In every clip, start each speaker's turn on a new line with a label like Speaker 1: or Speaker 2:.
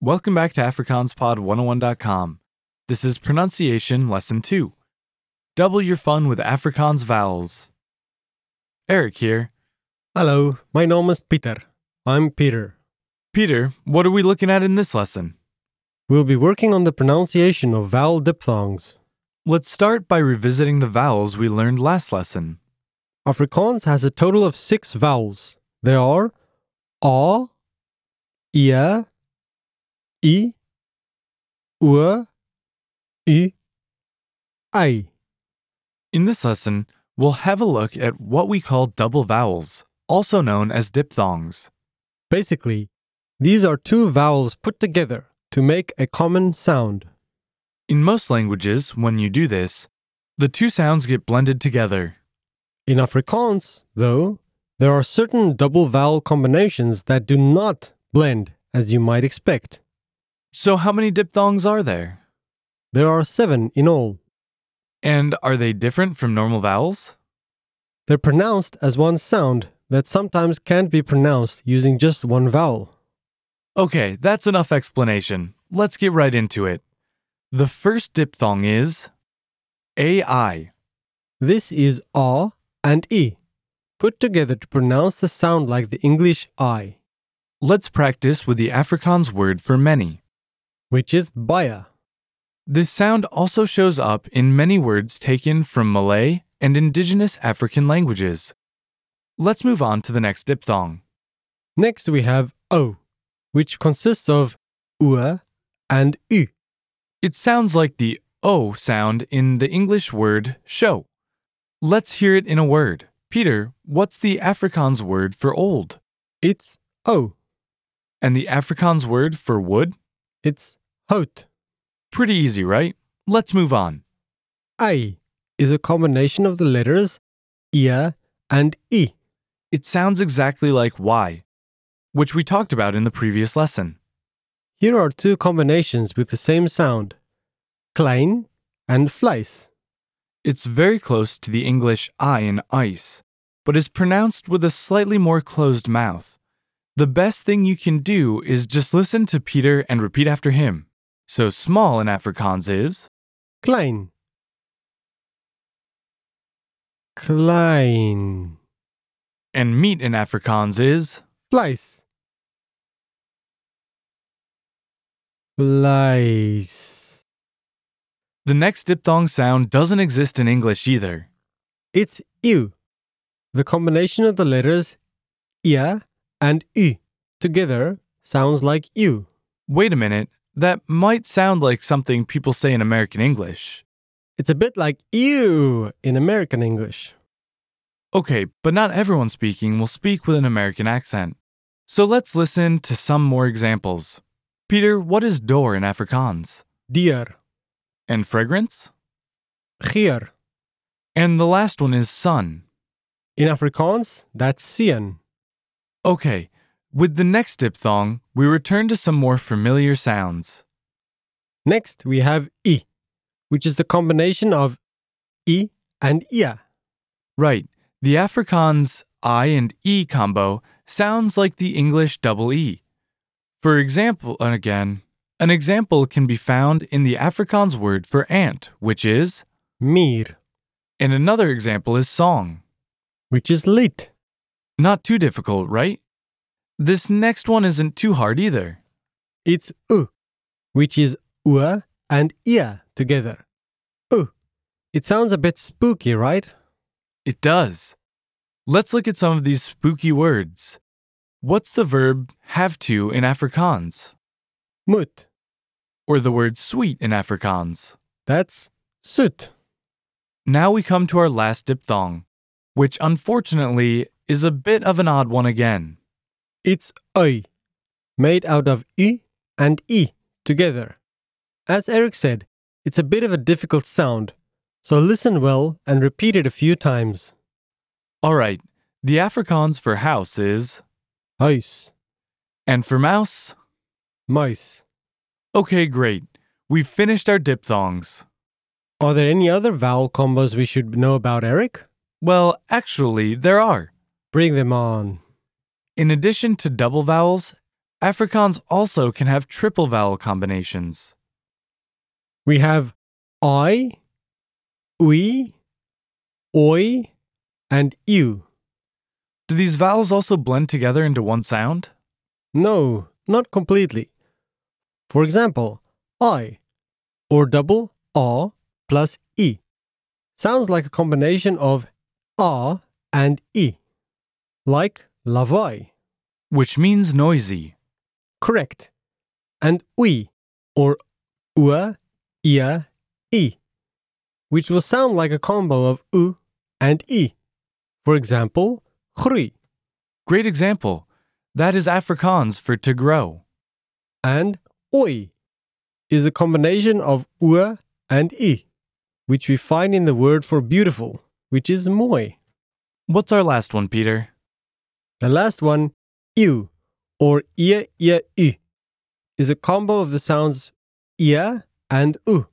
Speaker 1: Welcome back to AfrikaansPod101.com. This is Pronunciation Lesson 2. Double your fun with Afrikaans vowels. Eric here.
Speaker 2: Hello, my name is Peter. I'm Peter.
Speaker 1: Peter, what are we looking at in this lesson?
Speaker 2: We'll be working on the pronunciation of vowel diphthongs.
Speaker 1: Let's start by revisiting the vowels we learned last lesson.
Speaker 2: Afrikaans has a total of six vowels. They are a, ia, i, u, u, i.
Speaker 1: In this lesson, we'll have a look at what we call double vowels, also known as diphthongs.
Speaker 2: Basically, these are two vowels put together to make a common sound.
Speaker 1: In most languages, when you do this, the two sounds get blended together.
Speaker 2: In Afrikaans, though, there are certain double vowel combinations that do not blend as you might expect.
Speaker 1: So, how many diphthongs are there?
Speaker 2: There are seven in all.
Speaker 1: And are they different from normal vowels?
Speaker 2: They're pronounced as one sound that sometimes can't be pronounced using just one vowel.
Speaker 1: Okay, that's enough explanation. Let's get right into it. The first diphthong is AI.
Speaker 2: This is a and e, put together to pronounce the sound like the English i,
Speaker 1: Let's practice with the Afrikaans word for many.
Speaker 2: which is baya.
Speaker 1: This sound also shows up in many words taken from Malay and indigenous African languages. Let's move on to the next diphthong.
Speaker 2: Next we have o, which consists of ua and u.
Speaker 1: It sounds like the O sound in the English word show. Let's hear it in a word. Peter, what's the Afrikaans word for old?
Speaker 2: It's o,
Speaker 1: And the Afrikaans word for wood?
Speaker 2: it's hot.
Speaker 1: Pretty easy, right? Let's move on.
Speaker 2: I is a combination of the letters ia and e.
Speaker 1: It sounds exactly like Y, which we talked about in the previous lesson.
Speaker 2: Here are two combinations with the same sound, klein and fleiss.
Speaker 1: It's very close to the English I in ice, but is pronounced with a slightly more closed mouth. The best thing you can do is just listen to Peter and repeat after him. So small in Afrikaans is
Speaker 2: Klein. Klein.
Speaker 1: and meat in Afrikaans is.
Speaker 2: Fleiss. Fleiss.
Speaker 1: The next diphthong sound doesn't exist in English either.
Speaker 2: It's u. The combination of the letters ia and u together sounds like E. u.
Speaker 1: Wait a minute, that might sound like something people say in American English.
Speaker 2: It's a bit like ew in American English.
Speaker 1: Okay, but not everyone speaking will speak with an American accent. So let's listen to some more examples. Peter, what is door in Afrikaans?
Speaker 2: Dier,
Speaker 1: And fragrance?
Speaker 2: gier.
Speaker 1: And the last one is sun.
Speaker 2: In Afrikaans, that's sien.
Speaker 1: Okay, with the next diphthong, we return to some more familiar sounds.
Speaker 2: Next, we have i, which is the combination of i and ia.
Speaker 1: Right, the Afrikaans I and E combo sounds like the English double E. For example, and again, an example can be found in the Afrikaans word for ant, which is
Speaker 2: Mir,
Speaker 1: And another example is song.
Speaker 2: which is lit.
Speaker 1: Not too difficult, right? This next one isn't too hard either.
Speaker 2: It's u, which is ua and ia together. U. It sounds a bit spooky, right?
Speaker 1: It does. Let's look at some of these spooky words. What's the verb have to in Afrikaans?
Speaker 2: Mut.
Speaker 1: Or the word sweet in Afrikaans?
Speaker 2: That's sut.
Speaker 1: Now we come to our last diphthong, which unfortunately is a bit of an odd one again.
Speaker 2: It's oi, made out of u and i together. As Eric said, it's a bit of a difficult sound, so listen well and repeat it a few times.
Speaker 1: Alright, the Afrikaans for house is,
Speaker 2: Huis,
Speaker 1: and for mouse?
Speaker 2: muis.
Speaker 1: Okay, great. We've finished our diphthongs.
Speaker 2: Are there any other vowel combos we should know about, Eric?
Speaker 1: Well, actually, there are.
Speaker 2: Bring them on.
Speaker 1: In addition to double vowels, Afrikaans also can have triple vowel combinations.
Speaker 2: We have I, we, oi, and you.
Speaker 1: Do these vowels also blend together into one sound?
Speaker 2: No, not completely. For example, I or double R plus E sounds like a combination of R and E, like lavai.
Speaker 1: Which means noisy.
Speaker 2: Correct. And we or ua, ia, e, which will sound like a combo of u and e. For example, groei
Speaker 1: Great example. That is Afrikaans for to grow.
Speaker 2: and oi is a combination of ua and e, which we find in the word for beautiful, which is moi.
Speaker 1: What's our last one, Peter?
Speaker 2: The last one, iu, or ia ia u, is a combo of the sounds ia and u,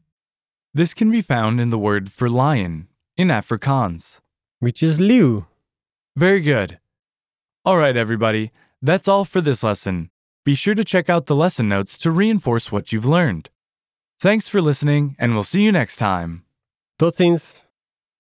Speaker 1: This can be found in the word for lion in Afrikaans.
Speaker 2: which is liu.
Speaker 1: Very good. All right, everybody, that's all for this lesson. Be sure to check out the lesson notes to reinforce what you've learned. Thanks for listening, and we'll see you next time.
Speaker 2: Tot ziens.